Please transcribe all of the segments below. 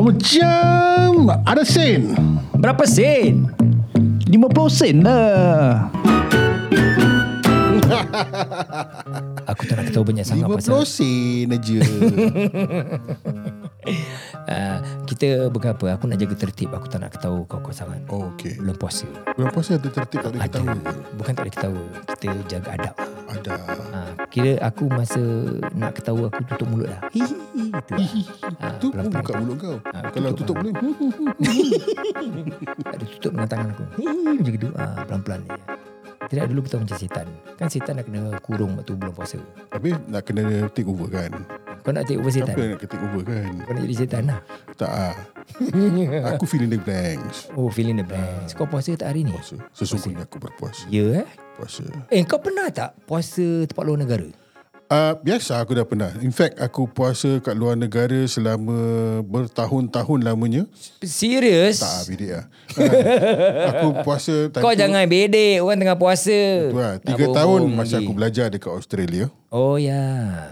Macam ada sen. Berapa sen? 50 sen lah. Aku tak nak tahu banyak sangat 50 pasal sen aja. uh, Kita berapa Aku nak jaga tertib Aku tak nak ketawa kau-kau sangat Oh, okey. Belum puasa Bulan puasa ada tertib tak boleh Ada ketawa. Bukan tak boleh ketawa Kita jaga adab Ada. uh, Kira aku masa Nak ketawa Aku tutup mulut lah Hihihi Gitu lah. Ah, Tu pun pelan-pelan. buka mulut kau. Ah, Kalau tutup tutup mulut. hmm? Ada tutup dengan tangan aku Hihihi Macam gitu Ah, Pelan-pelan je Tidak dulu kita macam setan Kan setan nak kena kurung Waktu bulan puasa Habis nak kena take over kan. Kau nak take over Apa setan nak kena take over kan. Kau nak jadi setan lah Tak ah. Aku feeling the blanks. Oh feeling the best Kau puasa tak hari ni? Puasa. Sesungguhnya aku berpuasa. Ya eh Puasa. Eh kau pernah tak puasa tempat luar negara? Uh, biasa aku dah pernah. In fact, aku puasa kat luar negara selama bertahun-tahun lamanya. Serius? Tak, bidik lah. Ah, aku puasa time Kau tu- jangan bedek Orang tengah puasa tu lah. Nak Tiga bohong tahun lagi. masa aku belajar dekat Australia. Oh ya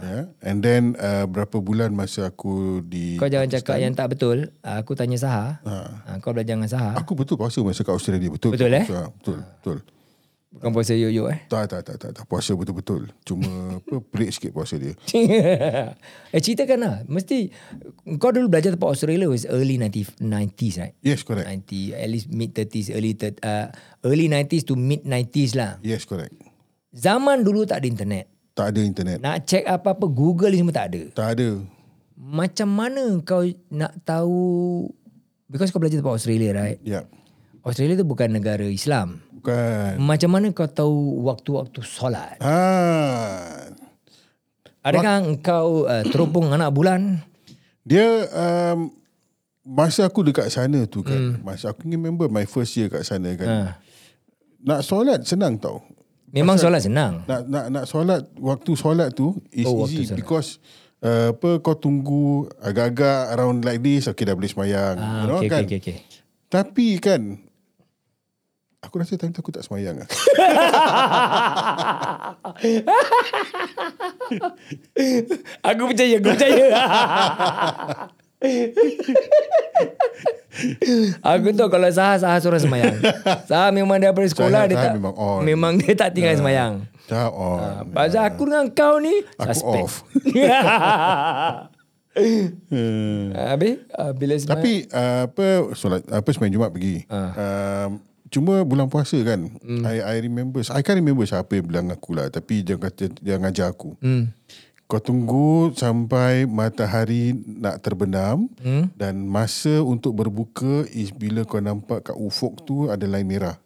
Yeah. And then uh, berapa bulan masa aku di... Kau jangan cakap yang tak betul Aku tanya Saha ha. Kau belajar dengan Saha Aku betul puasa masa kat Australia. Betul. Betul, eh? Betul, lah, betul. betul. Bukan puasa yo-yo eh Tak, tak, tak, tak, tak. Puasa betul-betul. Cuma apa, break sikit puasa dia. Eh ceritakan lah Mesti Kau dulu belajar tempat Australia Was early 90, 90s right? Yes, correct. 90 At least mid 30s Early thir- uh, Early 90s to mid 90s lah Yes, correct. Zaman dulu tak ada internet Tak ada internet. Nak check apa-apa Google ni semua tak ada Tak ada. Macam mana kau nak tahu Because kau belajar tempat Australia right Ya. Yeah. Australia tu bukan negara Islam Bukan. Macam mana kau tahu waktu-waktu solat Ah. Adakah engkau uh, teropong anak bulan Dia um, masa aku dekat sana tu kan. Masa aku ni remember my first year kat sana kan. Hmm. Ha. Nak solat senang tau. Memang solat senang Nak nak nak solat waktu solat tu is Oh, oh, waktu easy solat. because uh, apa kau tunggu agak-agak around like this okay dah boleh semayang. ah, you know, okay, kan? okay, okay, okay. Tapi kan aku rasa time tu aku tak semayang lah. Aku percaya Aku percaya Aku tahu kalau Sahas Sahas orang semayang Sahas memang daripada sekolah Sahas- dia Sahas tak, memang on. Ah. memang dia tak tinggal semayang Dah on. Pasal aku dengan kau ni Aku off. Hmm. Habis uh, Bila semayang Tapi uh, apa solat apa semalam Jumaat pergi. Uh. Um, cuma bulan puasa kan. Mm. I I remember I can't remember siapa yang bilang aku lah tapi dia kata dia ngajar aku. Mm. Kau tunggu sampai matahari nak terbenam mm. dan masa untuk berbuka is bila kau nampak kat ufuk tu ada line merah.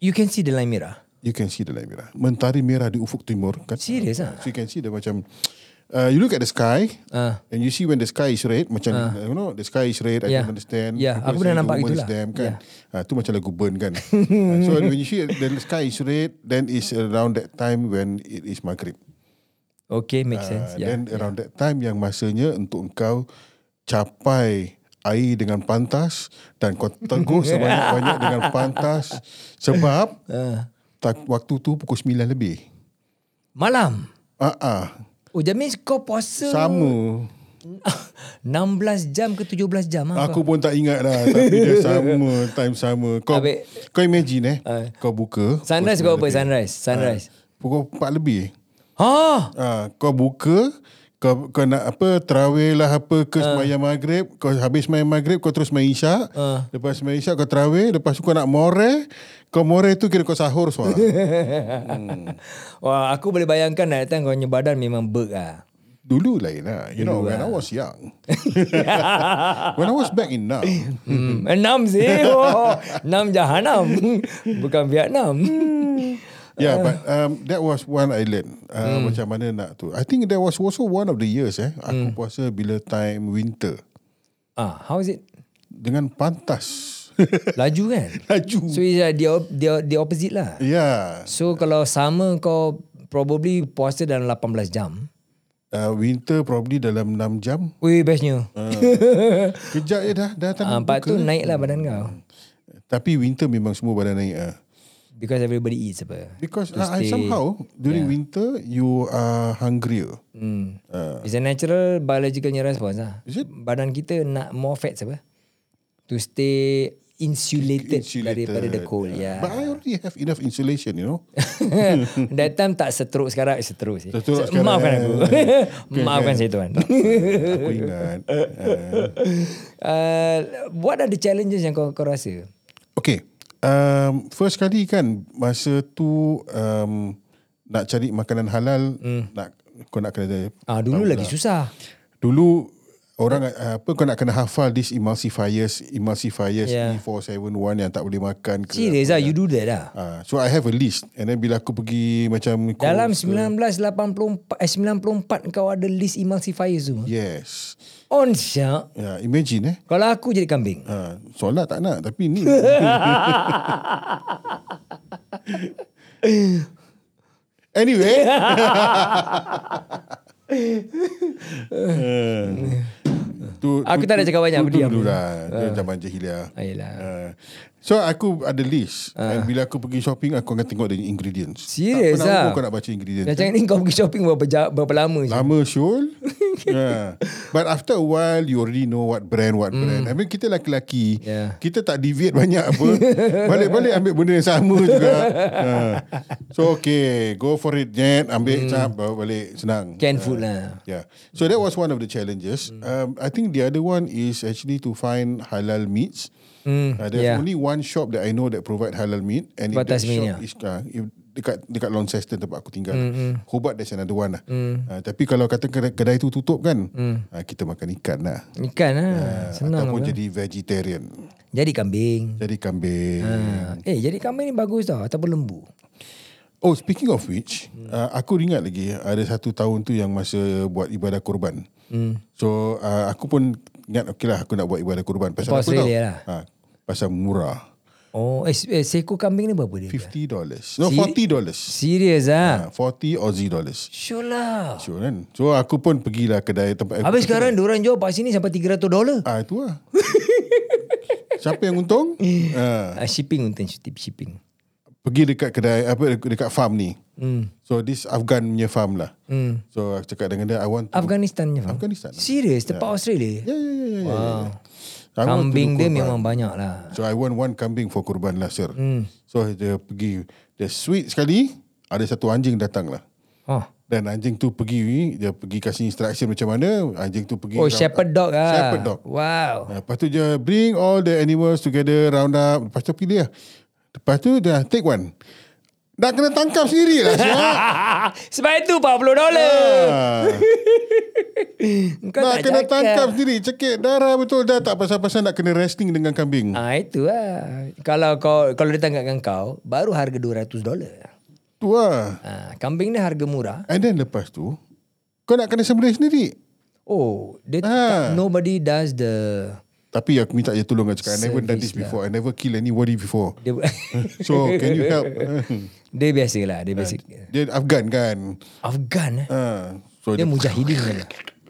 You can see the line merah You can see the line merah. Mentari merah di ufuk timur kan. Serious ah? So you can see the macam uh, you look at the sky Ah. and you see when the sky is red macam you know the sky is red Yeah. I don't understand. Yeah, People aku pernah say the nampak woman is itulah. Them, kan. Yeah. tu macam lagu burn kan. Ah, so when you see the sky is red then is around that time when it is maghrib. Okay make sense Uh, ya. yeah. Then around that time yang masanya untuk kau capai air dengan pantas dan kau teguh sebanyak-banyak dengan pantas sebab Ah. tak, waktu tu pukul 9 lebih. Malam Ah ah Oh jamin kau puasa sama. 16 jam ke 17 jam ah, Aku pun tak ingat dah tapi dia sama time sama. Kau Habis- kau imagine eh kau buka kau. Sunrise kau apa sunrise Sunrise pukul 4 lebih. Ha Ah, kau buka kau, kau nak apa terawih lah apa ke semayang maghrib kau habis main maghrib kau terus main isyak uh. lepas main isyak kau terawih lepas tu kau nak moreh kau moreh tu kira kau sahur semua Wah aku boleh bayangkan dah datang kau punya badan memang berg ah. dulu lain lah you know when I was young when I was back in now Hmm, enam sih. Oh, enam jahanam. Bukan Vietnam. Hmm. Eh. yeah but um, that was one I learned uh, macam mana nak tu I think that was also one of the years eh aku Hmm. puasa bila time winter ah, how is it? dengan pantas Laju kan? laju Ya. So it's uh, the, op- the, the opposite lah. yeah So kalau sama kau probably puasa dalam 18 jam. uh, winter probably dalam 6 jam Wih bestnya. Kejap je dah dah Ah, tanam Empat Hmm. buka. tu naik lah badan kau. Tapi winter memang semua badan naik ah. Because everybody eats apa. Because ah, I, I somehow Ya. during yeah. winter you are hungrier. Hmm. Uh. It's a natural biological response lah. Is it? Badan kita nak more fats apa. To stay insulated, Insulated. daripada the cold. ya. Yeah. But I already have enough insulation, you know. That time tak seteruk sekarang eh, seteruk sih. Seteruk Se- sekarang. Maafkan aku. Maafkan saya tuan. Aku ingat. Uh, uh, what are the challenges yang kau, kau rasa? okay. Um, first kali kan masa tu um, nak cari makanan halal, mm. Hmm. nak kau nak kena Ah dulu lagi susah. Dulu orang uh, apa kau nak kena hafal this emulsifiers, emulsifiers E Yeah. E471 yang tak boleh makan ke. Serius lah you do that lah. Uh, so I have a list and then bila aku pergi macam Dalam 1984 eh 94 kau ada list emulsifiers tu. yes. On syak. Yeah, imagine eh. Kalau aku jadi kambing. Uh, solat tak nak tapi ni Anyway Uh, tu, Aku tak nak cakap banyak, aku tu, tu diam. Ha. Ah, dulu lah Dia zaman jahiliah Ayolah. Uh, so aku ada list uh. bila aku pergi shopping aku akan tengok the ingredients Ha. Serious tak pernah ah? pun kau nak baca ingredients Dah jangan ni kau pergi shopping berapa, ja- berapa lama je. Lama Syul yeah. But after a while You already know what brand What brand I mean kita lelaki-lelaki Yeah. Kita tak deviate banyak apa Balik-balik ambil benda yang sama juga ha. So okay Go for it Jet Ambil cap bawa balik Senang Canned food lah. Yeah. So that was one of the challenges. Um, I think the other one is actually to find halal meats. Hmm, Uh, there's yeah. only one shop that I know that provide halal meat and if that Tasmania. shop is uh, if dekat dekat Launceston tempat aku tinggal. Hmm, Hobart there's another one lah. Uh, tapi kalau kata kedai, kedai tu tutup kan, uh, kita makan ikan lah. Ikan lah. Hmm. Senang Ataupun lah. jadi vegetarian. Jadi kambing. Jadi kambing. Hmm. Ha. Eh jadi kambing ni bagus tau. Ataupun lembu. Oh, speaking of which, uh, aku ingat lagi ada satu tahun tu yang masa buat ibadah kurban. Hmm. So, uh, aku pun ingat okey lah aku nak buat ibadah kurban. Pasal Lepas aku tahu. Australia lah. Ha, pasal murah. Oh, eh, eh seko kambing ni berapa dia? $50. No, Seri- $40. Serius ah. Ha, 40 Aussie dollars. Sure lah. Sure kan? So, aku pun pergilah kedai tempat. Habis sekarang diorang jual kat sini sampai 300 dolar. Ah, itu lah. Siapa yang untung? Ha, Uh, shipping untung tip shipping. pergi dekat kedai, apa dekat farm ni. Hmm. So, this Afghan punya farm lah. Hmm. So, aku cakap dengan dia, I want to... Afghanistan ni. Afghanistan. Serius tempat Australia. Ya, ya, ya, ya, ya. ya. I want to Kambing do dia kurban. memang banyak lah. So I want one kambing for kurban lah sir. Mm. Hmm. So dia pergi dia sweet sekali ada satu anjing datang lah. Oh. Dan anjing tu pergi dia pergi kasih instruction macam mana anjing tu pergi Oh, shepherd dog ah. Shepherd dog. Wow. Ah, Lepas tu dia bring all the animals together round up. Lepas tu pilih lah. Lepas tu dia take one. Nak kena tangkap sendiri lah siap. Sebab itu 40 dolar. Ah. Kau nak tak kena cakap. tangkap sendiri. Cekik darah betul dah tak pasal-pasal nak kena wrestling dengan kambing. Ah itu lah. Kalau kau kalau dia tangkap dengan kau, baru harga 200 dolar. Tu lah. Ah, kambing ni harga murah. And then lepas tu kau nak kena sembelih sendiri. Oh, Ah. dia tak, nobody does the Tapi aku minta dia tolong aku cakap I never done this before. I lah. never kill anybody before. dia, So can you help? dia biasalah, Ah. dia basic. dia Afghan kan. Afghan eh. Ha. So Dia dia, mujahidin kan.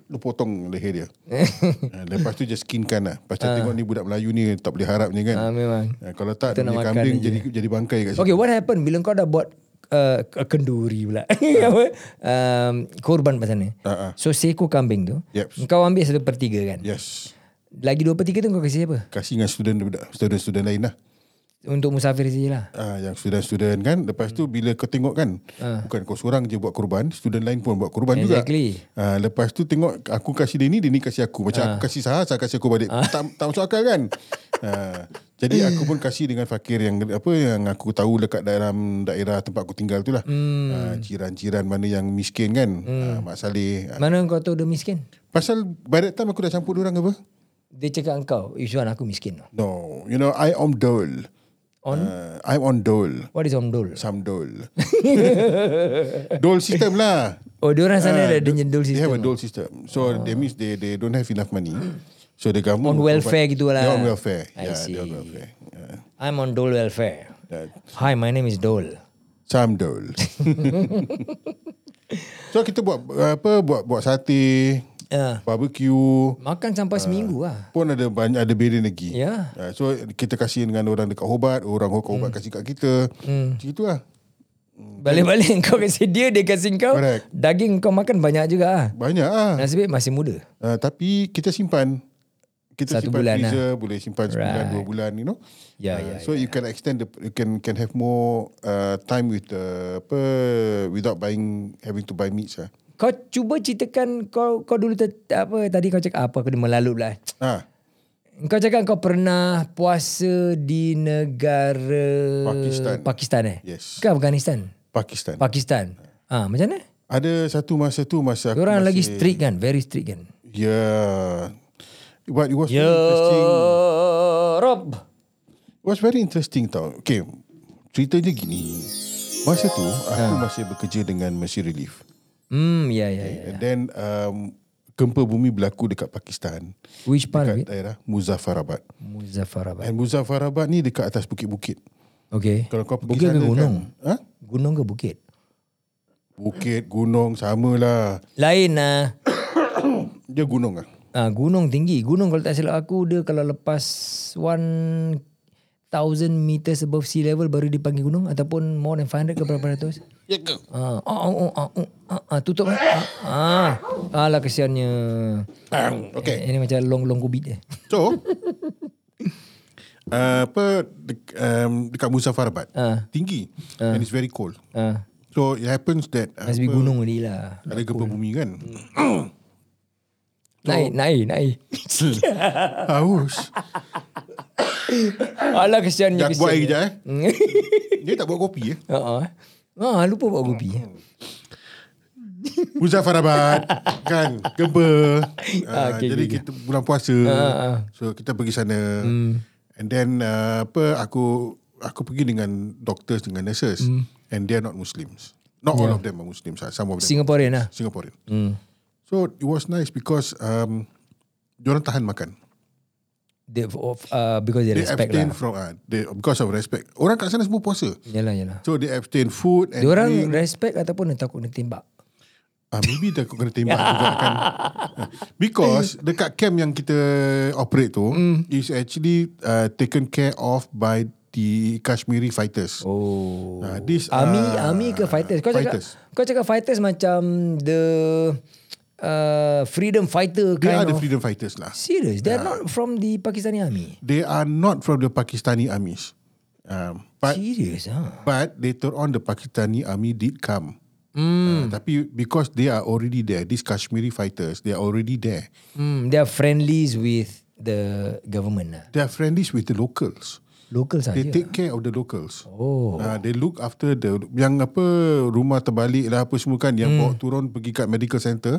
dia potong leher dia. ha, lepas tu dia skinkan lah. Lepas Ha. tu tengok ni budak Melayu ni tak boleh harapnya kan. Ah memang. Ha, kalau tak Kita dia nak punya makan kambing je. jadi jadi bangkai kat sini. Okay, what happened bila kau dah buat uh, ke- kenduri pula. Apa? um, korban pasal ni. Ah, ah. So seko kambing tu, Yep. kau ambil satu per tiga kan? Yes. Lagi dua per tiga tu kau kasih apa? Kasih dengan student budak student-student lain lah. Untuk musafir saja lah. Ah, yang student-student kan Lepas Hmm. tu bila kau tengok kan Ha. Bukan kau seorang je buat kurban Student lain pun buat kurban Exactly. juga ah, Lepas tu tengok Aku kasih dia ni Dia ni kasih aku Macam aku kasih Sahas Sahas kasih aku balik tak, tak masuk akal kan ah, Jadi aku pun kasih dengan fakir Yang apa yang aku tahu Dekat dalam daerah tempat aku tinggal tu lah ah, Jiran-jiran mana yang miskin kan ah, Mak Saleh ah. Mana kau tahu dia miskin? Pasal by that time aku dah campur orang apa Dia cakap engkau, Iswan aku miskin. No You know I am dole On? Ah, I'm on dole What is omdol? Some dole Dole system lah Oh, diorang sana ada Ah, dia punya dol They have system. Ah. a dole system. So that means they they don't have enough money. So the government On will welfare gitu lah. They're on welfare. I yeah, see. they're on welfare. Yeah. I'm on dole welfare. Yeah. Hi, my name is Dole. Some dole. so kita buat apa buat buat sate, Ah. barbecue Makan Ah. sampai seminggu lah. pun ada banyak ada beza lagi. Ya. Ah, so kita kasihan dengan orang dekat Hobat, orang kat Hobat kasih kat kita. Hmm. Gitulah. Balik-balik kau kasi dia, dia kasi kau. Correct. Daging kau makan banyak juga ah. Banyak ah. Nasib baik masih muda. Uh, tapi kita simpan kita Satu simpan bulan lah. freezer boleh simpan sebulan Right. dua bulan you know Ya, Uh, ya, so you can extend the you can can have more uh, time with the apa without buying having to buy meats ah Kau cuba ceritakan kau kau dulu ter, apa tadi kau cakap apa aku dah melalut lah. ah Kau cakap kau pernah puasa di negara Pakistan. Pakistan eh? Yes. Ke Afghanistan? Pakistan Pakistan. Ah, macam mana? ada satu masa tu masa aku Orang masih, lagi strict kan, very strict kan. yeah but it was Ya very interesting Rob. it was very interesting tau okay ceritanya gini masa tu aku Ha. masih bekerja dengan Mercy Relief Hmm, ya ya ya. and then um, gempa bumi berlaku dekat Pakistan Which part of dekat it? daerah Muzaffarabad. Muzaffarabad. And Muzaffarabad ni dekat atas bukit-bukit. Okay. Kalau kau pergi Bukit ke sana gunung? kan. Ha? Gunung ke bukit? Bukit, gunung samalah. Lain lah. Dia gunung ah. Ah, gunung tinggi. Gunung kalau tak silap aku dia kalau lepas 1000 meters above sea level baru dipanggil gunung ataupun more than 500 ke berapa ratus. Ya ke? Ah, ah, ah, ah, ah, ah, ah, tutup. Ah, ah. Alah kesiannya. Okay. Eh, Ini macam long-long kubit eh. So uh, apa dek, um, dekat Muzaffarabad. Ah. Tinggi and it's very cold. Ah, So it happens that uh, Nasib gunung ni lah. ada gempa bumi kan. Naik, naik, naik. Haus. Alah kesiannya. Jangan buat air kesiannya. kejap eh. Dia tak buat kopi eh. Ah, ah. Ah, lupa buat kopi. Muzaffarabad kan gempa uh, Ah, okay, jadi okay, kita bulan puasa ah. Hmm. so kita pergi sana and then uh, apa aku aku pergi dengan doctors dengan nurses Hmm. and they are not muslims not all of them are muslims ah, some of them Singaporean lah. singaporean so it was nice because um diorang tahan makan They, of, uh, because they, they respect abstain lah. from uh, they, because of respect orang kat sana semua puasa Yalah, yalah. so they abstain food and drink. Diorang respect ataupun dia takut dia tembak. Ah, maybe dah aku kena tembak juga kan. Because dekat camp yang kita operate tu Hmm. mm. is actually uh, taken care of by the Kashmiri fighters. Oh. Oh. Uh, this Army, ah, army ke fighters? Kau cakap, fighters. kau cakap fighters macam the uh, freedom fighter They kind are the of. freedom fighters lah. Serious? They are not from the Pakistani army? They are not from the Pakistani armies. Um, but Serious, ha? but later on the Pakistani army did come. Hmm. Mm. Uh, tapi because they are already there, these Kashmiri fighters, they are already there. Hmm, they are friendlies with the government lah. They are friendlies with the locals. Local They saja. take care of the locals. Oh. Uh, they look after the yang apa rumah terbalik lah apa semua kan yang bawa turun pergi kat medical center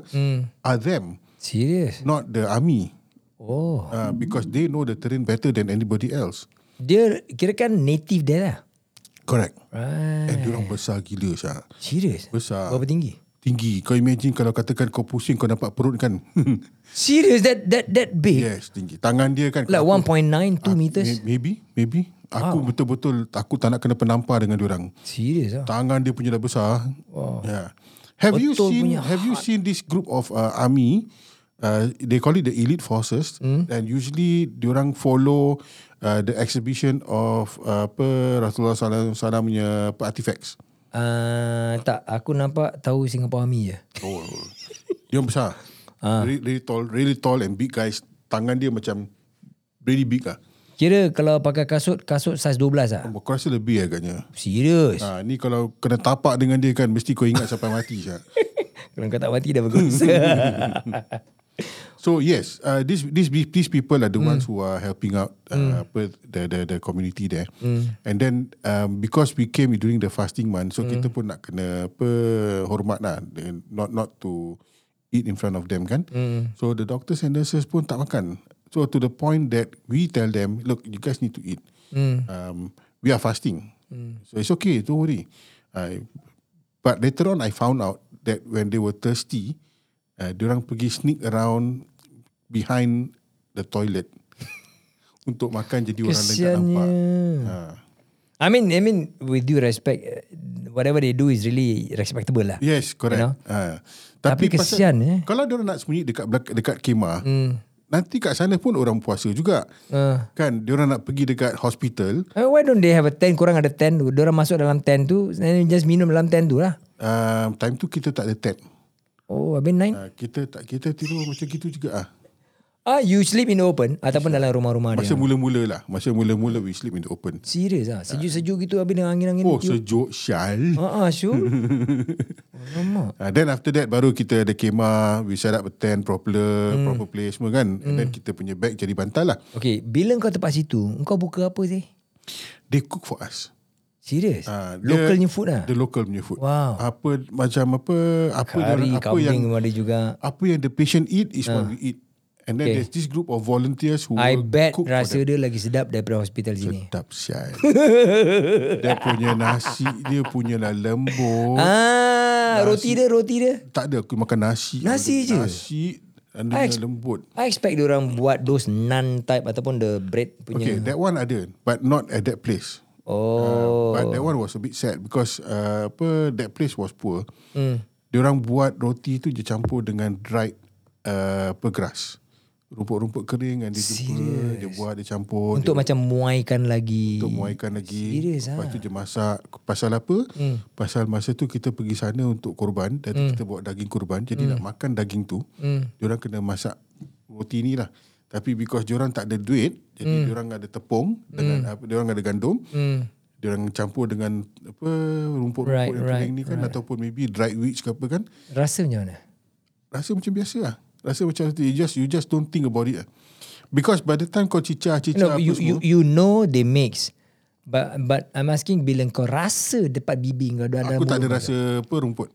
are them Serious? not the army Oh. uh, because they know the terrain better than anybody else. Dia kirakan native dia lah. Correct. Right. And diorang Eh, besar gila Syah. Serious? Besar. Berapa tinggi? Tinggi. Kau imagine kalau katakan kau pusing kau dapat perut kan. Serious that that that big? Lah, yes, tinggi. Tangan dia kan. Like aku- 1.9 2 Ah, meters? may- Maybe, maybe. Aku betul-betul aku tak nak kena penampar dengan diorang. Serius ah. Tangan dia punya dah besar. Wow. Yeah. Have you Betul seen punya have you seen this group of uh, army? Uh, they call it the elite forces Hmm. and usually diorang follow uh, the exhibition of uh, apa Rasulullah sallallahu alaihi wasallam punya apa, artifacts. Uh, tak, aku nampak tahu Singapore Army je. Oh. dia orang besar. Ah. Really, really tall, really tall and big guys. Tangan dia macam really big lah. Kira kalau pakai kasut, kasut saiz 12 ah. Aku rasa lebih agaknya. Serius. Ha, ni kalau kena tapak dengan dia kan mesti kau ingat sampai mati je. Kalau kau tak mati dah bagus. So yes, uh, these these pe- these people are the ones who are helping out uh, apa, the the the community there. And then um, because we came during the fasting month, so kita pun nak kena apa hormat lah, dengan- not not to eat in front of them kan. So the doctors and nurses pun tak makan. So to the point that we tell them, look, you guys need to eat. Um, we are fasting, so it's okay, don't worry. I, But later on, I found out that when they were thirsty, uh, diorang pergi sneak around behind the toilet untuk makan jadi orang lain tak nampak. Kesiannya. Ha. I mean, I mean, with due respect, eh, whatever they do is really respectable lah. Yes, correct. You know? ha. Tapi kesian, eh. Hmm. Kalau dia nak sembunyi dekat belak- dekat kemah, nanti kat sana pun orang puasa juga. Ah. Kan, dia orang nak pergi dekat hospital, I mean, why don't they have a tent? Korang ada tent tu. Diorang masuk dalam tent tu. And then just minum dalam tent tu lah. um, time tu kita tak ada tent. Oh, habis nine. Ha, kita tak kita tidur macam gitu juga ah. Ah, you sleep in the open ataupun dalam rumah-rumah dia. Masa mula-mula lah. Masa mula-mula we sleep in the open. Serius ah, sejuk-sejuk gitu habis dengan angin-angin. Oh, sejuk syal. Ha ah, sure. Alamak. Uh, then after that baru kita ada kemah, we set up a tent proper, Hmm. mm. proper place semua kan. And then kita punya bag jadi bantal lah. Okay, bila kau tempat situ, kau buka apa sih? They cook for us. Serius? Ah, dia- Localnya food lah? The local punya food. Wow. Apa macam apa apa Kari, diorang- apa yang kambing ada juga. apa yang the patient eat is what we eat. And then Okay. okay. there's this group of volunteers who I will bet cook rasa dia lagi sedap daripada hospital sini. sedap sial. dia punya nasi dia punya lah lembut. Ah, roti dia, roti dia. Tak ada aku makan nasi. Ada Nasi je? Nasi dan dia Ex- lembut. I expect orang buat those naan type ataupun the bread punya. Okay, that one ada but not at that place. Uh, Oh. But that one was a bit sad because uh, apa that place was poor. Mm. Hmm. Diorang buat roti tu je campur dengan dried uh, apa grass. Rumput-rumput kering yang dia jumpa, dia buat, dia campur. untuk macam muaikan lagi. untuk muaikan lagi. Serious, Lepas tu dia masak. Pasal apa? Hmm. Pasal masa tu kita pergi sana untuk korban. Dan hmm. kita bawa daging korban. Jadi hmm. nak makan daging tu, hmm. diorang kena masak roti ni lah. Tapi because diorang tak ada duit, jadi hmm. diorang ada tepung, dengan apa, diorang ada gandum. Hmm. Diorang campur dengan apa rumput-rumput Right, yang right, kering ni kan. Ataupun maybe dried wheat ke apa kan. Rasa macam mana? Rasa macam biasa lah. Rasa macam tu. You just, you just don't think about it lah. Because by the time kau cicah-cicah apa No, you, semua. you you know they mix. But but I'm asking bila kau rasa dekat bibi kau dah aku tak ada rasa apa rumput.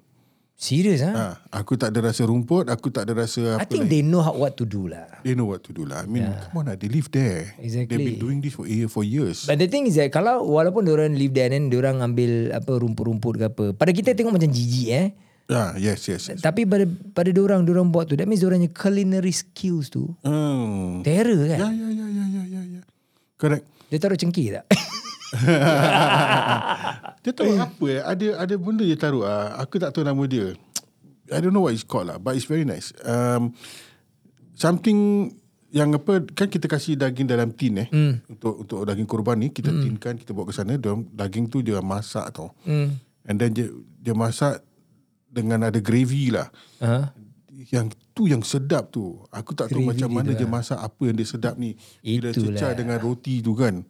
Serius ah? Ha, aku tak ada rasa rumput, aku tak ada rasa I apa think lagi. they know how, what to do lah. They know what to do lah. I mean, yeah. come on lah, they live there. They've Exactly. been doing this for year for years. But the thing is that kalau walaupun diorang live there and then diorang ambil apa rumput-rumput ke apa. Pada kita tengok macam jijik eh. Ah, yes, yes. yes. Tapi pada pada diorang diorang buat tu that means diorang punya culinary skills tu Hmm. terror kan. Ya, ya, ya, ya, ya, ya, ya. Correct. Dia taruh cengkih tak? Dia taruh apa eh? Ada ada benda dia taruh. ah. aku tak tahu nama dia. I don't know what it's called lah. But it's very nice. Um, something yang apa kan kita kasih daging dalam tin eh mm. untuk untuk daging korban ni kita mm. tinkan kita bawa ke sana dia daging tu dia masak tau mm. and then dia dia masak dengan ada gravy lah Ha? yang tu yang sedap tu aku tak tahu macam mana dia lah. masak apa yang dia sedap ni bila Itulah. cecah dengan roti tu kan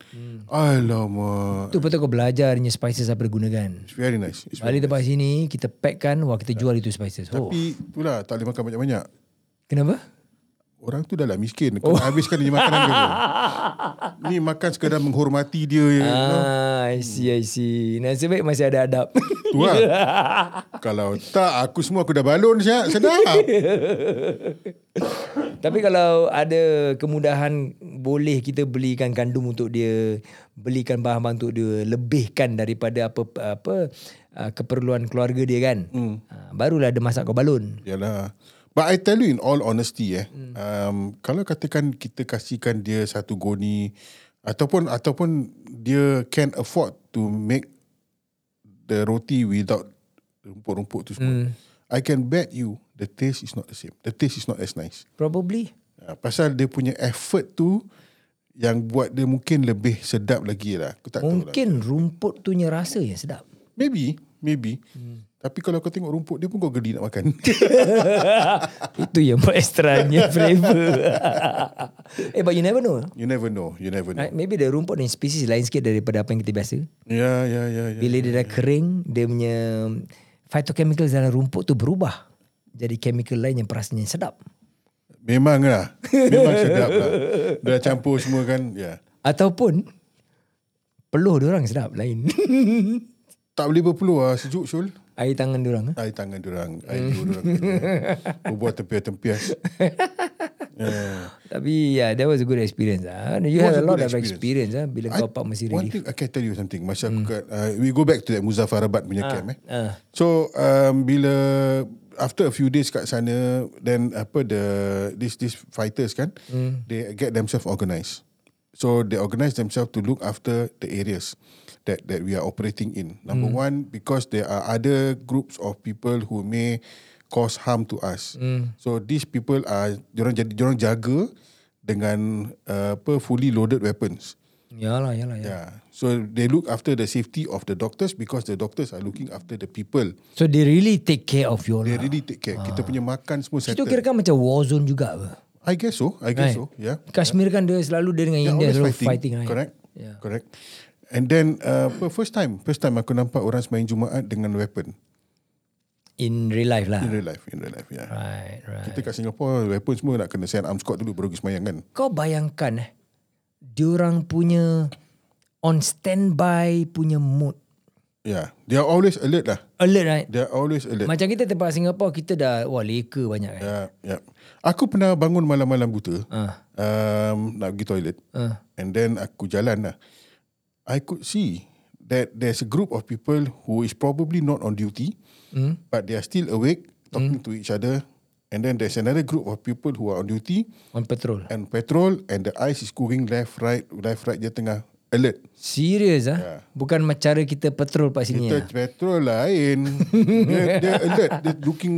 alamak Tu betul kau belajar dia punya spices apa dia gunakan. It's very nice. It's very Balik tempat sini kita packkan wah kita jual itu spices. Oh. Tapi itulah tak boleh makan banyak-banyak. Kenapa? Orang tu dah lah miskin. Kau oh. habiskan dia makanan ke? apa? Ni makan sekadar menghormati dia. you know. Ah, I see, I see. Nasib baik masih ada adab. Tu lah. Kalau tak, aku semua aku dah balon siap. Sedap. Tapi kalau ada kemudahan boleh kita belikan gandum untuk dia, belikan bahan-bahan untuk dia, lebihkan daripada apa apa ah, keperluan keluarga dia kan. Hmm. Barulah ada masak kau balon. Yalah. But I tell you in all honesty eh, hmm. um, kalau katakan kita kasihkan dia satu goni ataupun ataupun dia can afford to make the roti without rumput-rumput tu semua. Hmm. I can bet you the taste is not the same. The taste is not as nice. Probably. Uh, pasal dia punya effort tu yang buat dia mungkin lebih sedap lagi lah. Aku tak tahu lah. Mungkin rumput tu punya rasa yang sedap. Maybe, maybe. Hmm. Tapi kalau kau tengok rumput dia pun kau geli nak makan. Itu yang buat extranya flavor. eh, but you never know. you never know. You never know. Right? Maybe the rumput dan spesies lain sikit daripada apa yang kita biasa. Ya, ya, ya. ya. Bila dia dah kering, dia punya phytochemical dalam rumput tu berubah. Jadi chemical lain yang perasanya sedap. Memang lah. Memang sedap lah. Dah campur semua kan. Ya. Ataupun peluh orang sedap lain. Tak boleh berpeluh lah. Sejuk Syul. Air tangan orang. eh. Air tangan diorang. Air liur diorang. Hmm. Berbuat tempias-tempias. Ya. yeah. Tapi yeah, that was a good experience. Ah, It You was a have a lot good of experience, ah bila kau pak Mesir One relief. Hmm. thing, I can tell you something. Masa aku kat, uh, we go back to that Muzaffarabad punya camp eh. ah. So, um, bila after a few days kat sana, then apa the this this fighters kan, they get themselves organised. So they organize themselves to look after the areas that that we are operating in. Number mm. one, because there are other groups of people who may cause harm to us. Mm. So these people are orang jadi orang jaga dengan uh, apa fully loaded weapons. Yalah, yalah, yalah. Yeah. So they look after the safety of the doctors because the doctors are looking after the people. So they really take care of you They lah. really take care. Kita punya makan semua settle. Itu kira kan macam war zone juga apa? I guess so. I guess so. Yeah. Kashmir kan dia selalu dia dengan They're India always selalu fighting. fighting. right? Correct. Yeah. Correct. And then uh, apa, first time, first time aku nampak orang semain Jumaat dengan weapon In real life lah. in real life, in real life. Yeah. Right, right. Kita kat Singapore weapon semua nak kena send arm squad dulu baru pergi semayang kan. Kau bayangkan eh, diorang punya on standby punya mood. Yeah. They are always alert lah. Alert right? They are always alert. Macam kita tempat Singapore, kita dah, wah leka banyak kan. Yeah, yeah. Ya, Aku pernah bangun malam-malam buta. Ah. Um, nak pergi toilet. Ah. And then aku jalan lah. I could see that there's a group of people who is probably not on duty, mm. Hmm. but they are still awake, talking mm. to each other. And then there's another group of people who are on duty On patrol. and patrol, and the eyes is going left, right, left, right. Dia tengah alert. Serius ah? Yeah. Bukan macam cara kita patrol kat sini Kita ah. patrol lain. dia, dia alert. They looking,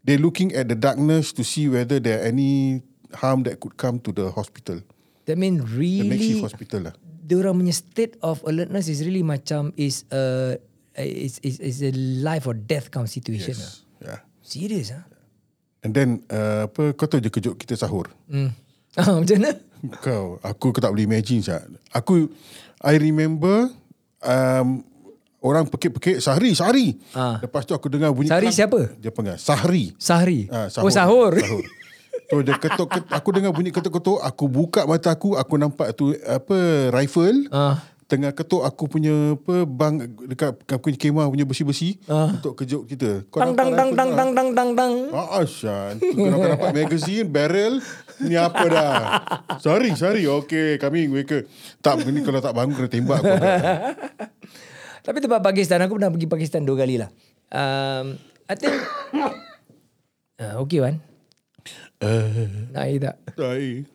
they looking at the darkness to see whether there are any harm that could come to the hospital, That mean the really makeshift hospital lah. diorang punya state of alertness is really macam is a is is is a life or death kind of situation. Yes. Yeah. Serius ah. And then uh, apa kau tahu je kejut kita sahur. Hmm. Ah, macam mana? Kau aku kau tak boleh imagine sah. Aku I remember um, orang pekik-pekik Sahri, Sahri. Ah. Lepas tu aku dengar bunyi Sahri kelang- siapa? Dia pengas Sahri. Sahri. Ah, Oh sahur. sahur. So dia ketuk, ketuk aku dengar bunyi ketuk-ketuk, aku buka mata aku, aku nampak tu apa rifle. Ah. Tengah ketuk aku punya apa bang dekat aku punya kemah punya besi-besi Ah. untuk kejut kita. Kau Tang nampak tang tang rifle tang tak? tang tang tang tang. Ah, Ashan. Kalau kau dapat magazine, barrel, ni apa dah? Sorry, sorry. Okay, kami mereka. Tak, ni kalau tak bangun kena tembak kau. Tapi tempat Pakistan aku pernah pergi Pakistan dua kali lah. Um, I think uh, okay Wan. Uh. Nak air tak? Sorry.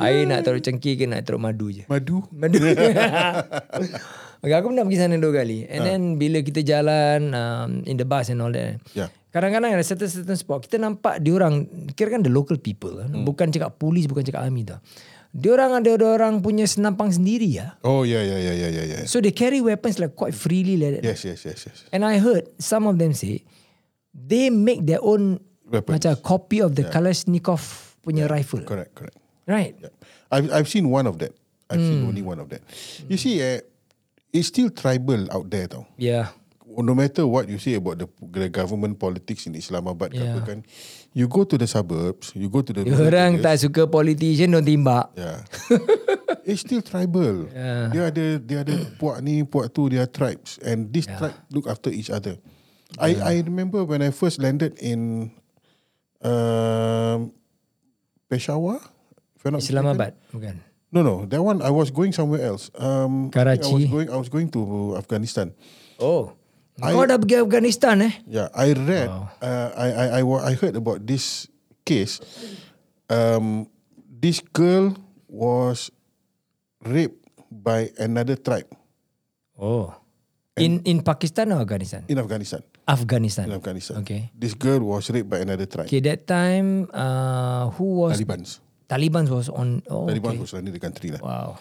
air nak taruh cengkih ke nak taruh madu je? Madu. Madu. okay, aku pernah pergi sana dua kali. Ha. And then bila kita jalan um, in the bus and all that. Yeah. Kadang-kadang ada certain-certain spot. Kita nampak diorang, kira kan the local people. Hmm. Bukan cakap polis, bukan cakap army dah. Diorang ada orang punya senampang sendiri ya. Oh, yeah, yeah, yeah, yeah, yeah. yeah. So they carry weapons like quite freely like that. Yes, yes, yes, yes. And I heard some of them say they make their own Weapons. Ya. macam copy of the yeah. Kalashnikov punya rifle. Correct, correct. Right. Yeah. I've, I've seen one of that. I've seen Hmm. only one of that. You see, eh, it's still tribal out there tau. Yeah. No matter what you say about the, the government politics in Islamabad ke apa Yeah. kan, you go to the suburbs, you go to the... yeah. Orang tak suka politician don't timbak. Yeah. It's still tribal. Yeah. Dia ada dia ada puak ni, puak tu, dia tribes and this yeah. tribe look after each other. I yeah. I remember when I first landed in um Peshawar, if I'm not mistaken. Islamabad bukan. No, no, that one I was going somewhere else. Um I think I was Karachi. going I was going to Afghanistan. Oh. Kau dah pergi Afghanistan eh? Yeah, I read. Uh, I, I I wa- I heard about this case. Um, this girl was raped by another tribe Oh. In in Pakistan or Afghanistan? in Afghanistan. Afghanistan. In Afghanistan, Okay. this girl was raped by another tribe. Okay, that time uh, who was Taliban's. Taliban was on oh, Taliban okay. was running the country lah. Wow.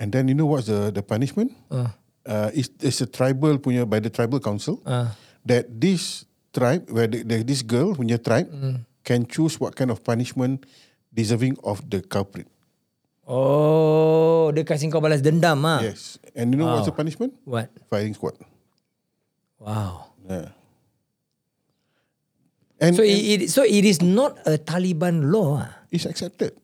And then you know what's the the punishment? Uh, Uh, it's, it's a tribal punya by the tribal council uh, that this tribe where the, the, this girl punya tribe Mm. can choose what kind of punishment deserving of the culprit. Oh, dia kasi kau balas dendam ah. Yes. And you know what's the punishment? What? Firing squad. Wow. Yeah. And, So and it, it so it is not a Taliban law. ah. it's accepted.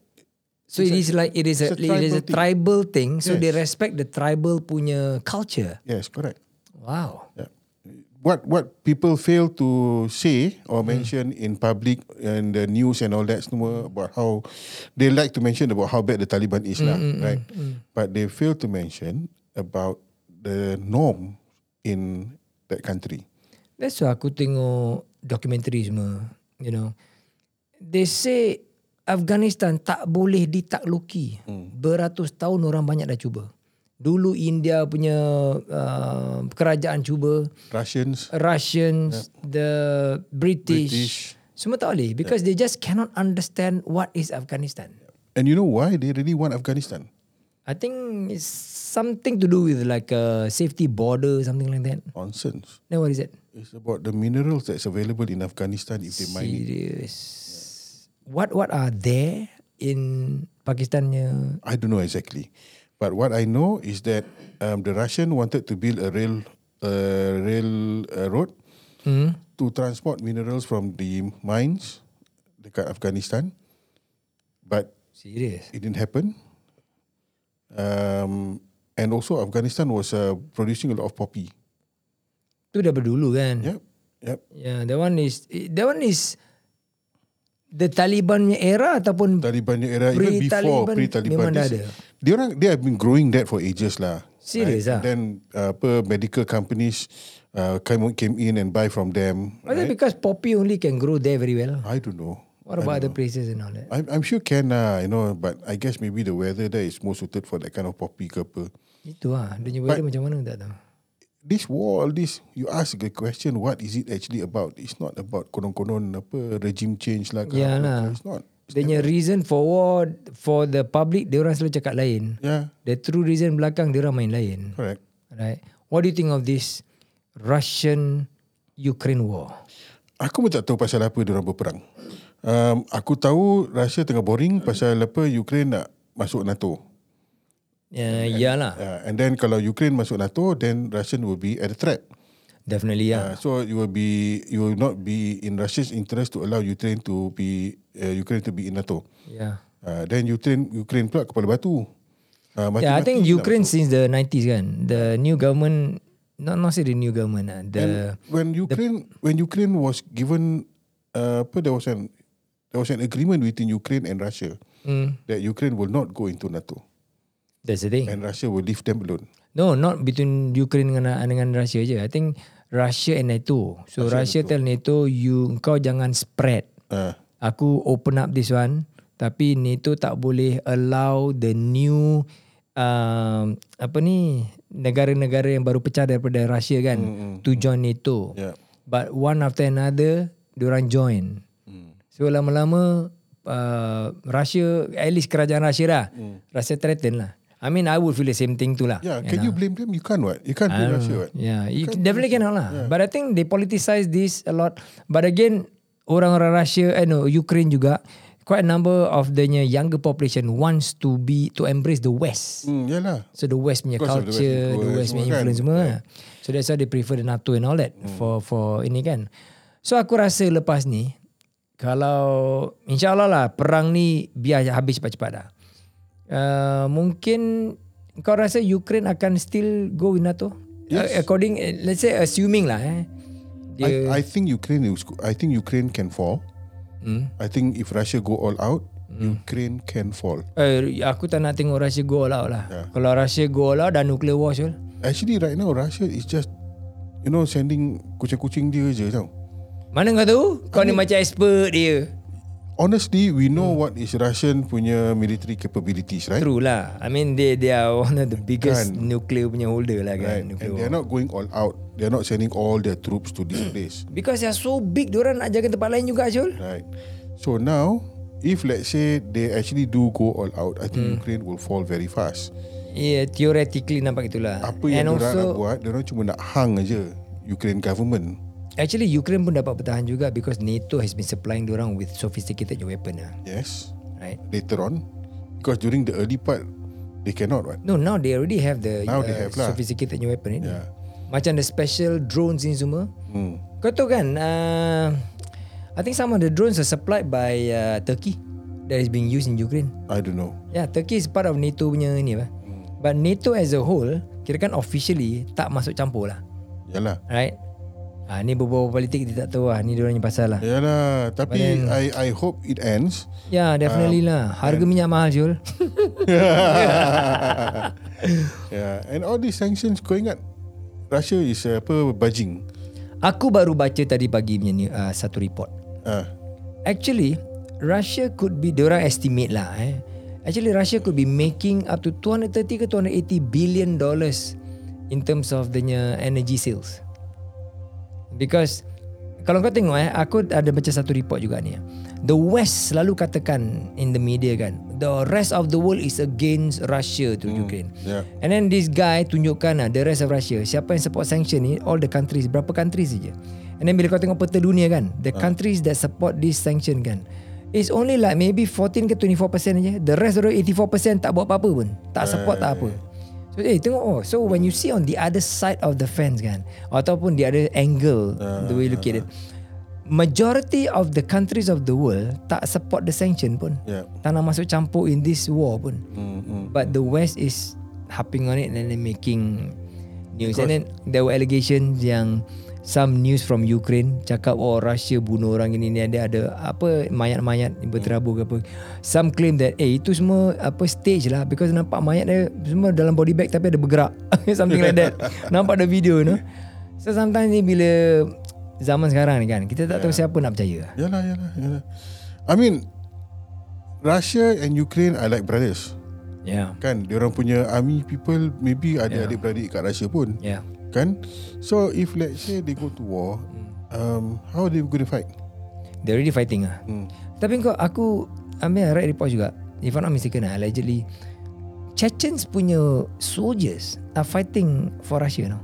So it is like it is a, it's a it is a tribal thing. So they Yes. respect the tribal punya culture. Yes, correct. Wow. Yeah. What what people fail to say or mention in public and the news and all that semua about how they like to mention about how bad the Taliban is lah, right? But they fail to mention about the norm in that country. That's why aku tengok documentary semua. You know, they say Afghanistan tak boleh ditakluki. Hmm. Beratus tahun orang banyak dah cuba. Dulu India punya uh, kerajaan cuba, Russians Russians, the British, British. semua tak boleh because they just cannot understand what is Afghanistan. and you know why they really want Afghanistan I think it's something to do with like a safety border something like that. nonsense Then what is it? it's about the minerals that's available in Afghanistan if they mine it Serious. What what are there in Pakistannya? I don't know exactly but what I know is that um, the Russian wanted to build a rail uh, rail uh, road Hmm? to transport minerals from the mines dekat Afghanistan but Serious. it didn't happen. Um, and also Afghanistan was uh, producing a lot of poppy. Tu dah dulu kan? Yep, yep. Yeah, that one is that one is the Taliban punya era ataupun Taliban punya era even before Pre-Taliban pre-Taliban. memang dah this- ada. Dia orang they have been growing that for ages lah. Serious right? ah? And Then uh, apa medical companies uh, came came in and buy from them. Was it because poppy only can grow there very well? I don't know. What about other places and all that? I'm, I'm sure can lah, you know, but I guess maybe the weather there is more suited for that kind of poppy ke apa. Itu lah. Dia punya weather macam mana tak tahu. this war, all this, you ask the question, what is it actually about? It's not about konon-konon apa regime change lah. ke apa Ya ke. lah. It's not. Dia punya reason for war, for the public, dia orang selalu cakap lain. Yeah, The true reason belakang dia orang main Ya, lain. correct. Right? What do you think of this Russian-Ukraine war? Aku pun tak tahu pasal apa diorang berperang. Um, aku tahu Russia tengah boring pasal apa Ukraine nak masuk NATO. Ya, iyalah. Uh, and then kalau Ukraine masuk NATO, then Russian will be at a threat. Definitely Uh, ya. so you will be, you will not be in Russia's interest to allow Ukraine to be, uh, Ukraine to be in NATO. Yeah. Uh, then Ukraine, Ukraine pula kepala batu. Uh, Yeah, Ya, I mati-mati think nak Ukraine since the 90s kan, the new government, not not say the new government lah, the when Ukraine when Ukraine was given uh, apa there was an there was an agreement between Ukraine and Russia mm, that Ukraine will not go into NATO that's the thing. and Russia will leave them alone. No, not between Ukraine dengan dengan Russia je. I think Russia and NATO. So Russia, tell NATO, you kau jangan spread. Uh, Aku open up this one, tapi NATO tak boleh allow the new um, apa ni negara-negara yang baru pecah daripada Russia kan to join NATO. yeah. But one after another, diorang join. Hmm. So lama-lama uh, Russia, at least kerajaan Russia lah, hmm. Russia threaten lah. I mean, I would feel the same thing too lah. Hmm. Yeah, can you blame them? You can't what? You can't blame Russia what? Yeah, you can- definitely cannot lah. But I think they politicize this a lot. But again, orang-orang Russia, eh no, Ukraine juga, quite a number of the younger population wants to be to embrace the West. Hmm, yalah. So the West punya Because of the West culture, the influence West punya semua kan. Hmm. influence semua. So that's why they prefer the NATO and all that for for ini kan. So aku rasa lepas ni kalau insyaallah lah perang ni biar habis cepat-cepat dah. Uh, mungkin kau rasa Ukraine akan still go with NATO? Yes. Uh, according let's say assuming lah eh. Dia, I, I think Ukraine is, I think Ukraine can fall. Hmm. I think if Russia go all out, Ukraine can fall. eh, aku tak nak tengok Russia go all out lah. Kalau Russia go all out dah nuclear war Syul. Actually right now Russia is just you know sending kucing-kucing dia je tau. Mana kau tahu? Kau ni macam expert dia. Honestly, we know what is Russian punya military capabilities, right? Hmm. True lah. I mean they they are one of the biggest Kan. nuclear punya holder lah Right. kan. And Nuclear war. they're not going all out. They're not sending all their troops to this place. Because they're so big, diorang nak jaga tempat lain juga Syul. Right. So now, if let's say they actually do go all out, I think Hmm. Ukraine will fall very fast. Yeah, theoretically nampak itulah. Apa yang And diorang also, nak buat, diorang cuma nak hang aja Ukraine government. actually Ukraine pun dapat bertahan juga because NATO has been supplying diorang with sophisticated weapon lah. Yes. Right? Later on. Because during the early part, they cannot, right? No, now they already have the uh, Now they have lah. sophisticated punya weapon ini. Yeah. Macam the special drones ni semua. Hmm. Kau tahu kan, uh, I think some of the drones are supplied by uh, Turkey that is being used in Ukraine. I don't know. Ya, yeah, Turkey is part of NATO punya ni apa. But NATO as a whole, kirakan officially tak masuk campur lah. Yalah. Right? Ha, ni beberapa politik kita tak tahu lah. Ni diorang punya pasal lah. Yalah. Tapi I I hope it ends. Ya, yeah, definitely lah. Harga minyak mahal, Jul. yeah. Ya, And all these sanctions, kau ingat Russia is uh, apa bajing. Aku baru baca tadi pagi punya ni, uh, satu report. Ah. Actually, Russia could be diorang estimate lah eh. Actually Russia could be making up to 230 ke 280 billion dollars in terms of the energy sales. Because kalau kau tengok eh, aku ada baca satu report juga ni. eh. The West selalu katakan in the media kan, the rest of the world is against Russia to Ukraine. yeah. And then this guy tunjukkan lah the rest of Russia. Siapa yang support sanction ni, all the countries, berapa countries saja. And then bila kau tengok peta dunia kan, the countries that support this sanction kan, it's only like maybe 14 ke 24% aja. The rest of the 84% tak buat apa-apa pun. Tak support tak apa. So, eh tengok oh. So when you see on the other side of the fence kan, ataupun the other angle, the way you look at it, majority of the countries of the world tak support the sanction pun. Yeah. Tak nak masuk campur in this war pun. Hmm, But the West is hopping on it and then making news. and then there were allegations yang some news from Ukraine cakap oh Russia bunuh orang ini ni ada ada apa mayat-mayat berterabur ke apa. Some claim that eh itu semua apa stage lah because nampak mayat dia semua dalam body bag tapi ada bergerak. Something like that. nampak ada video you know. So sometimes ni bila zaman sekarang ni kan kita tak tahu siapa nak percaya. Yalah, yalah, yalah. I mean, Russia and Ukraine are like brothers. Yeah. Kan, diorang punya army people, maybe adik-adik beradik kat Russia pun. Yeah. Kan? So, if let's say they go to war, um, how are they going to fight? They're already fighting lah. Hmm. Tapi kau aku ambil right report juga. If I'm not mistaken lah, allegedly Chechens punya soldiers are fighting for Russia you know.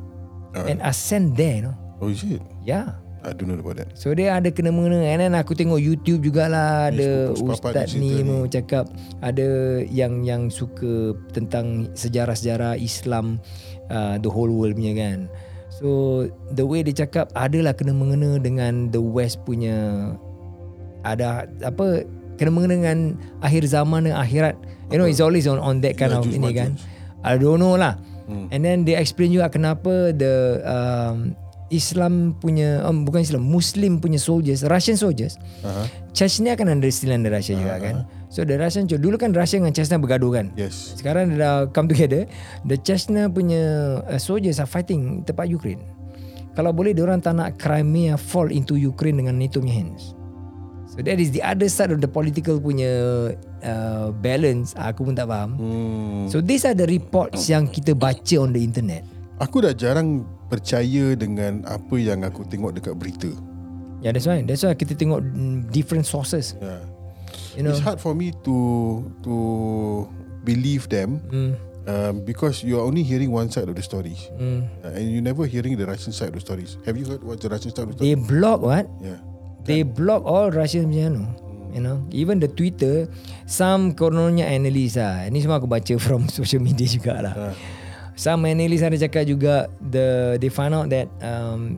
Uh. And are sent there you know. Oh, is it? Yeah. I don't know about that. So dia ada kena mengena And then aku tengok YouTube jugalah Ada sepupu sepapat ustaz dia ni cerita mau cakap Ada yang yang suka Tentang sejarah-sejarah Islam uh, The whole world punya kan So the way dia cakap Adalah kena mengena dengan The West punya Ada apa Kena mengena dengan Akhir zaman dan akhirat You know it's always on, on that kind of Majus, ini kan majus. I don't know lah. Hmm. And then they explain juga kenapa the um, Islam punya um, bukan Islam Muslim punya soldiers Russian soldiers Aha. Chechnya kan ada still under Russia juga kan so the Russian dulu kan Russia dengan Chechnya bergaduh kan Yes. sekarang dia dah come together the Chechnya punya uh, soldiers are fighting tempat Ukraine kalau boleh diorang tak nak Crimea fall into Ukraine dengan NATO punya hands so that is the other side of the political punya uh, balance aku pun tak faham Hmm. So these are the reports yang kita baca on the internet. Aku dah jarang percaya dengan apa yang aku tengok dekat berita. Yeah, that's why. That's why kita tengok mm, different sources. Yeah. You know. It's hard for me to to believe them Mm, um, because you are only hearing one side of the story mm. uh, and you never hearing the Russian side of the stories. Have you heard what the Russian side of the story? They block what? Yeah. They block all Russian punya anu. You know, even the Twitter, some kononnya analis lah. Ini semua aku baca from social media juga lah. Some analis ada cakap juga the they found out that um,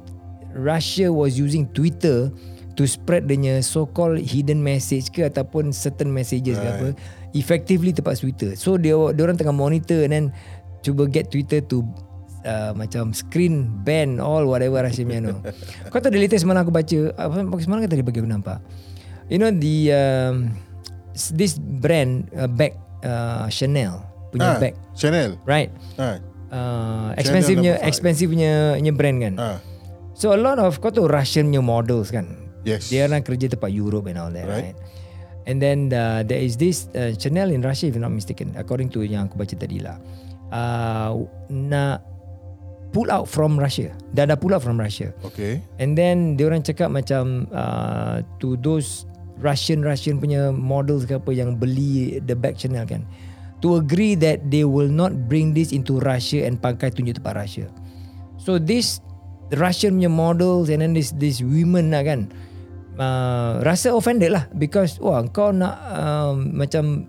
Russia was using Twitter to spread the so called hidden message ke ataupun certain messages ke apa effectively tempat Twitter. So dia orang tengah monitor and then cuba get Twitter to uh, macam screen ban all whatever Rashid Miano. Kau tahu the latest semalam aku baca apa semalam kata dia bagi aku nampak. You know the um, s- this brand uh, bag uh, Chanel punya Ah, bag, Chanel. right? Ah, Uh, expensive number punya five. expensive punya, punya brand kan. ah, So a lot of kau tahu Russian punya models kan. yes. Dia orang kerja tempat Europe and all that right, Right. And then uh, there is this uh, Chanel in Russia if I'm not mistaken according to yang aku baca tadi lah uh, nak pull out from Russia dah dah pull out from Russia Okay. and then dia orang cakap macam uh, to those Russian Russian punya models ke apa yang beli the bag Chanel kan to agree that they will not bring this into Russia and pakai tunjuk tempat Russia so this Russian punya models and then this this women lah kan uh, rasa offended lah because wah kau nak um, macam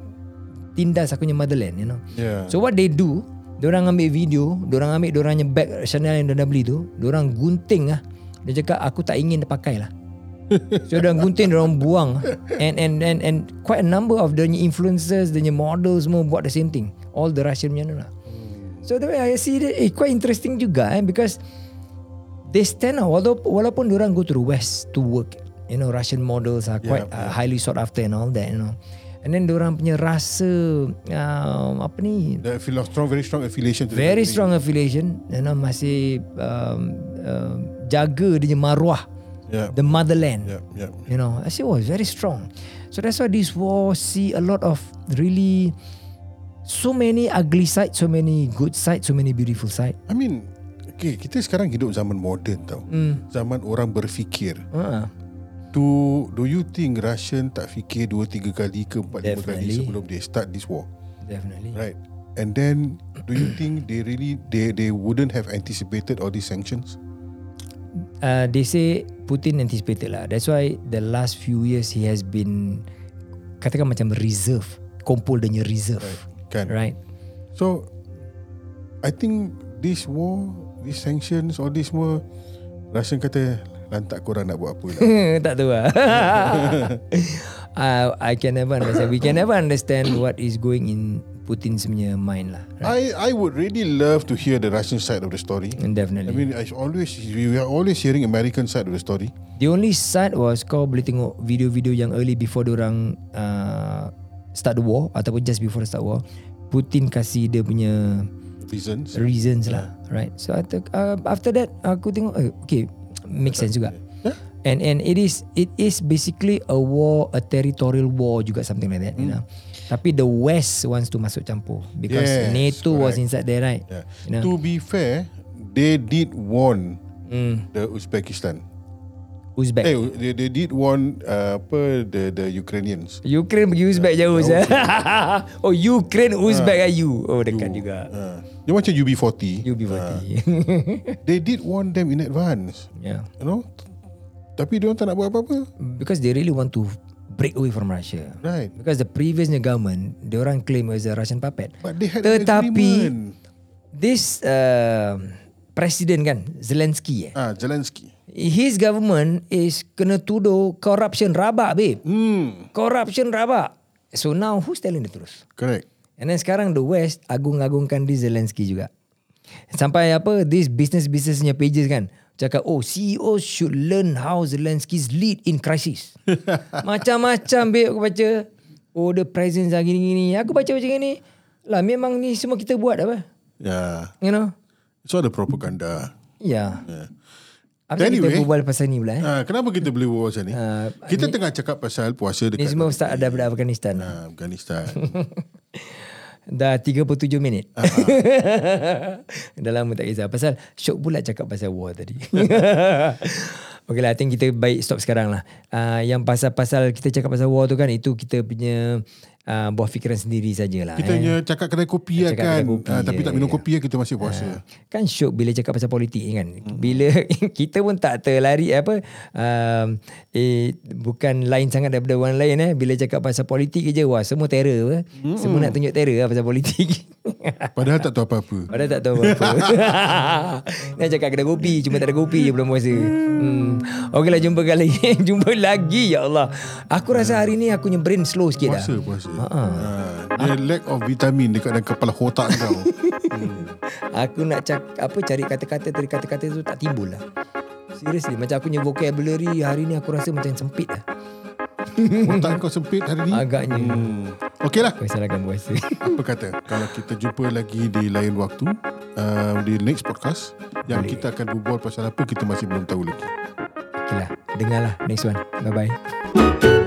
tindas aku punya motherland you know Yeah. So what they do, orang ambil video, orang ambil dorangnya bag Chanel yang dorang dah beli tu, orang gunting lah. Dia cakap aku tak ingin dia pakai lah. So dorang gunting, dorang buang. lah. And and and and quite a number of the influencers, the models semua buat the same thing. All the Russian punya ni lah. So the way I see it, eh, quite interesting juga eh, because they stand out walaupun, walaupun orang go to the west to work you know Russian models are quite Yeah, uh, highly sought after and all that you know and then orang punya rasa um, apa ni They feel a strong, very strong affiliation. To the country. very strong affiliation you know masih um, um, jaga dia punya maruah Yeah. the motherland. Yeah, yeah. You know, I say, oh, it's very strong. So that's why this war see a lot of really so many ugly sides, so many good sides, so many beautiful sides. I mean, okay, kita sekarang hidup zaman moden tau. Mm. Zaman orang berfikir. Uh, Do do you think Russian tak fikir dua tiga kali ke empat lima kali Definitely. sebelum they start this war? definitely. Right. And then do you think they really they they wouldn't have anticipated all these sanctions? Uh, they say Putin anticipated lah. That's why the last few years he has been katakan macam reserve, kumpul dia punya reserve. Kan. Right. So I think this war, these sanctions, all this semua Russian kata lantak korang nak buat apa lah. tak tahu lah. uh, I can never understand. We can never understand what is going in Putin's punya mind lah. I I would really love to hear the Russian side of the story. And I definitely. mean, I always we are always hearing American side of the story. The only side was kau boleh tengok video-video yang early before orang uh, start the war ataupun just before the start war. Putin kasih dia punya Reasons. reasons lah, right? So after, uh, after that aku tengok eh, okay, make sense juga. Yeah. And and it is it is basically a war, a territorial war juga something like that, you Hmm. know. Tapi the West wants to masuk campur because Yes, NATO was correct. inside there, right? Yeah. You know? To be fair, they did warn mm, the Uzbekistan. Uzbek. Eh, they, they did warn uh, apa the the Ukrainians. Ukraine pergi Uzbek jauh je. oh Ukraine Ah. Uzbek uh, you. Oh dekat juga. Uh, dia macam UB40. You be mati. They did warn them in advance. yeah. You know? Tapi dia orang tak nak buat apa-apa. Because they really want to break away from Russia. Right. Because the previous punya government, they orang claim as a Russian puppet. But they had an Tetapi agreement. this uh, president kan Zelensky eh. Ah, Zelensky. His government is kena tuduh corruption rabak babe. Hmm, Corruption rabak. So now who's telling the truth? correct. And then sekarang the West agung-agungkan di Zelensky juga. Sampai apa this business-businessnya pages kan. Cakap oh CEO should learn how Zelensky's lead in crisis. Macam-macam babe aku baca. Oh the presence lah gini-gini. Aku baca macam ni. Lah memang ni semua kita buat apa. Yeah. You know. It's all the propaganda. Ya. Yeah. Yeah. Apa anyway, Anyway. kita berbual pasal ni pula eh. Ah, kenapa kita boleh buat macam ni? Ah, kita tengah cakap pasal puasa Ni dekat semua ustaz ada daripada Afghanistan. ah, Afghanistan. Eh? Dah 37 minit. Dah lama tak kisah. Pasal syok pula cakap pasal war tadi. okay lah, I think kita baik stop sekarang lah. Uh, yang pasal-pasal kita cakap pasal war tu kan, itu kita punya uh, buah fikiran sendiri sajalah. kita eh. hanya cakap kedai kopi lah Cakap kan. kedai kopi Ah, tapi je, tak minum ya. kopi lah, kita masih puasa. Kan syok bila cakap pasal politik ni kan. Bila kita pun tak terlari eh, apa. Um, eh, bukan lain sangat daripada orang lain eh. Bila cakap pasal politik je. Wah semua terror apa. Semua nak tunjuk terror lah pasal politik. Eh? Padahal tak tahu apa-apa. Padahal tak tahu apa-apa. Nak cakap kena kopi. Cuma tak ada kopi je belum puasa. Hmm. Okey lah jumpa kali. jumpa lagi ya Allah. Aku rasa hari ni aku punya brain slow sikit lah. Puasa, dah. Ha, puasa. Ah, dia lack of vitamin dekat dalam kepala otak kau. Aku nak cak, apa cari kata-kata dari kata-kata tu tak timbul lah. Seriously macam aku punya vocabulary hari ni aku rasa macam sempit lah. otak kau sempit hari ni. Agaknya. Hmm. Hmm. Okey lah. Kau salahkan puasa. Apa kata kalau kita jumpa lagi di lain waktu uh, di next podcast yang kita akan berbual pasal apa kita masih belum tahu lagi. Okey lah. Dengar lah next one. Bye-bye.